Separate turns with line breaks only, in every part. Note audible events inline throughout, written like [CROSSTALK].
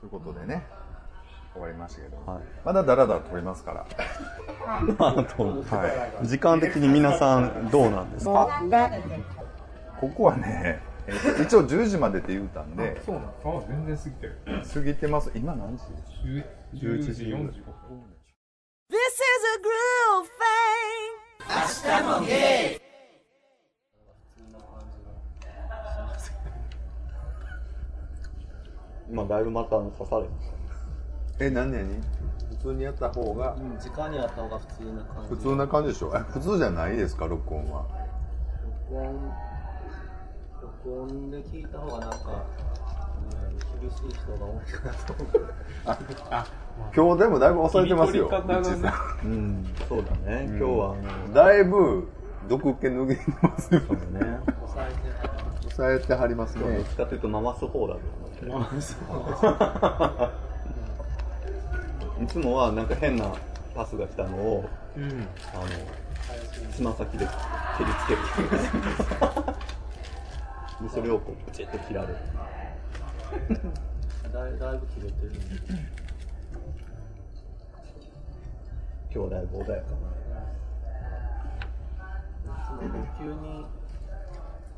ということでね、終わりましたけど、
はい
まだだらだら撮りますから。
まああと
はい。
時間的に皆さんどうなんですか
ここは
[LAUGHS]
ね、えっと一応10時までって言うたんで、
そうなのあ全然過ぎてる
過ぎてます。今何時
10時45分
This is a groove thing.
今だいぶまた刺され
え、何何普通にやった方が、
うん時間にあった方が普通な感じ
普通な感じでしょえ、普通じゃないですか、録音は。
録音録音で聞いた方がなんか、うん、厳しい人が多いかなと思う
今日でもだいぶ抑えてますよ。
切り取り方がね
ミッチーさ
うんそうだね今日は
んだいぶ、毒気抜けてますよ。
そうだね
抑えてない
抑えてはります
ど
ね
っ。ちかというと回す方だと思っていつもはなんか変なパスが来たのを、あのつま先で蹴りつけるでそれをこうプチッと切られる
だいだいぶ切れてるんで
今日はだいぶ穏やか
急に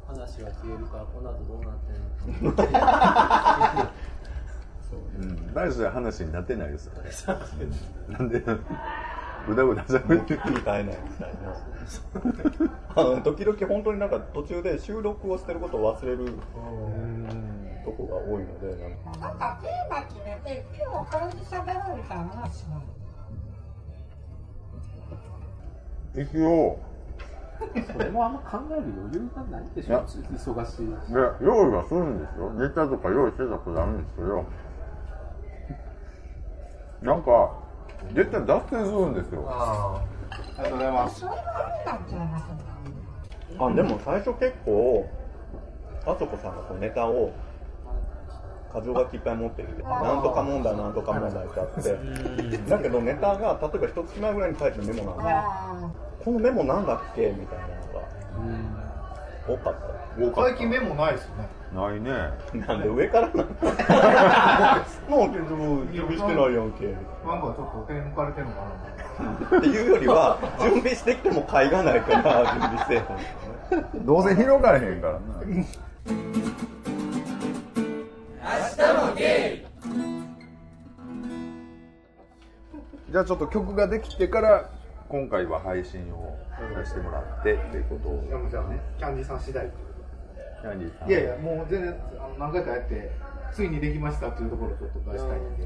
話が消えるからこの後どうなってんの
うん。大した話になってないですよね。なんで、 [LAUGHS] ぐだぐだ喋って
なみたいなみたいなあの時々本当になんか途中で収録をしてることを忘れるとこが多いのでなんか
なんかテーマ決めて、今日これで喋ろうみたいなのはしない。
一応、
それもあんま考える余裕がないでしょ忙しいし
で、用意はするんですよ。ネタとか用意してたらダメですけど、なんか、絶対脱線するんですよ。
それはありなんじゃなくて。
あでも最初結構あそこさんがこうネタを箇条書きいっぱい持ってるでなんとか問題なんとか問題ってあってだけどネタが例えば一月前ぐらいに書いたメモなんだ
あ
このメモなんだっけみたいなのが多かっ
最近メモないですよね
ないね。
たなんで上からなんかなんけど準備してないやんけみ
なんかちょっと手抜かれてるのかな
たいなっていうよりは準備してきても買いがないから準備してへん
どうせ広がれへんからな。じゃあちょっと曲ができてから、今回は配信をしてもらってっていうことを
いや。もうじゃあねキャンディーさん次第ってこ
キャンディーさ
と
ん
でいやいやもう全然あの何回かやってついにできましたっていうところをちょっと出したいんで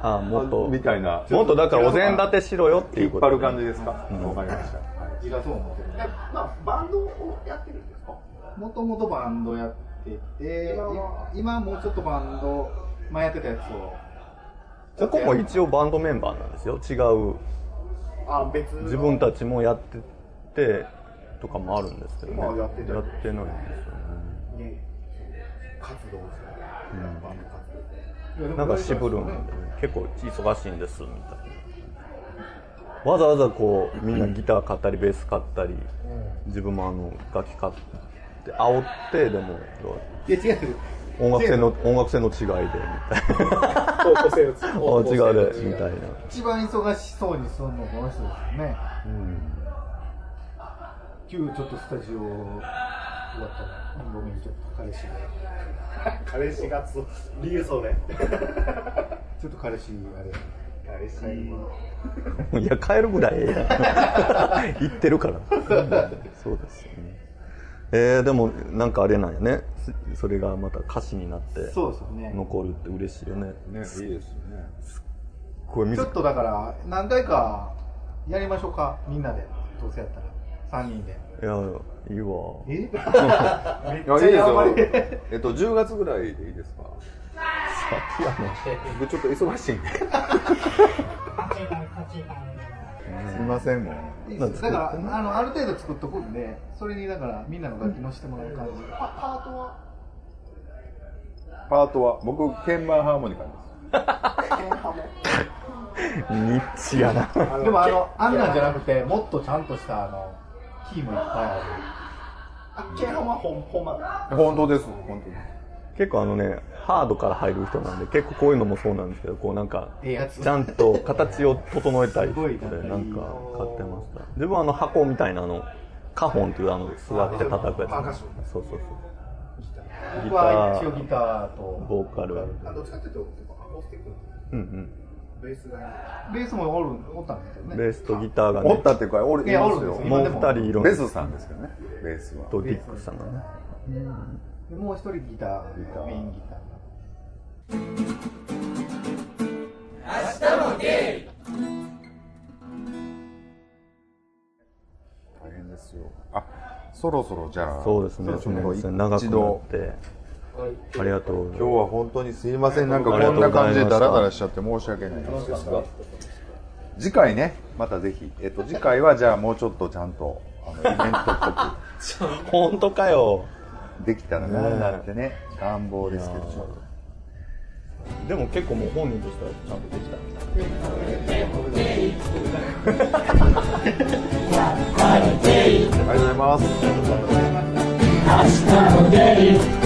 あもっ
みたいな。
もっとだからお膳立てしろよってい
引っ
う
張
こと
る感じですか。わかりました。
自画そう思ってるえまあバンドをやってるんですかもともとバンドやってて今今もうちょっとバンド前やってたやつを
ここも一応バンドメンバーなんですよ違う
あ別の
自分たちもやっててとかもあるんですけどね
まあやってた
やってないんですよ
ね活動ですねバンド活動
ねなんか渋るんでね結構忙しいんですみたいなわざわざこうみんなギター買ったりベース買ったり自分もあの楽器買って煽ってでも
いや違う
音楽性の音楽性の違いで [LAUGHS] みたいなあ違うでみたいな
一番忙しそうにするのはこの人ですよね今日ちょっとスタジオ終わったらごめんちょっと彼氏が
彼氏がつ理由それ
[LAUGHS] ちょっと彼氏あれ
彼氏
うんいや帰るぐらいええや [LAUGHS] ん言ってるからそうですよねえー、でもなんかあれなんやねそそれがまた歌詞になって
そうですよね
残るって嬉しいよね
ね、いいですね。
これ
ちょ
水
っとだから何回かやりましょうかみんなでどうせやったら3人で
いやいいわ
[LAUGHS] え
いや、いいですよ。えっと、10月ぐらいでいいですか
先やね
僕ちょっと忙しいん [LAUGHS] で。
あ、こっちだよ、こっちだよ。
すいません、もう。
だからあのある程度作っとくんでそれにだからみんなの楽器乗せてもらう感じ
パートは、僕、鍵盤ハーモニカで。
ニッチやな [LAUGHS]
でもあのあんなんじゃなくてもっとちゃんとしたあのキーもいっぱいある
あっけはほんほんます
本当です、本当です。
結構あのねハードから入る人なんで結構こういうのもそうなんですけどこうなんか
ええやつ
ちゃんと形を整えたい
すごい
で
なんかいい
なんか買ってました自分はあの箱みたいなあのカホンっていうあの座って叩くやつ
パーカッション
そうそうそうギ
僕
タ
は一応
ー
ギターと
ボーカル
あどっちかっていうと結構アコースティックな
うん
ベースが
ベースもおるおったんですけど
う
ね
んベースとギターが
お
ね
ったっていうか、俺、い
いや
ま
お
す
るん
よ
です。よ
もう二人いるん
ベ
です
スさんですけどね、ベースは。
とディックさんがね
でもう一人ギターメインギター
大変ですよ。あ、そろそろじゃあ、
そうですね
そ
すみ
ろ
ま
そ
せ
ろ
ん長く
一
なっ
度
てありがとうござい
今
ま
日は本当にすいません。なんか
ありが
ことんな
うございま
感
し
じ
た
でダラダラしちゃって申し訳ないです次回ね、またぜひ。えっと、次回はじゃあもうちょっとちゃんと、あの、イベントっぽく。
す本当かよ
できたらななんて [LAUGHS] ね願望ですけどちょっと
でも結構もう本人としてはちゃんとできた
あり
みたい
がとうございます
「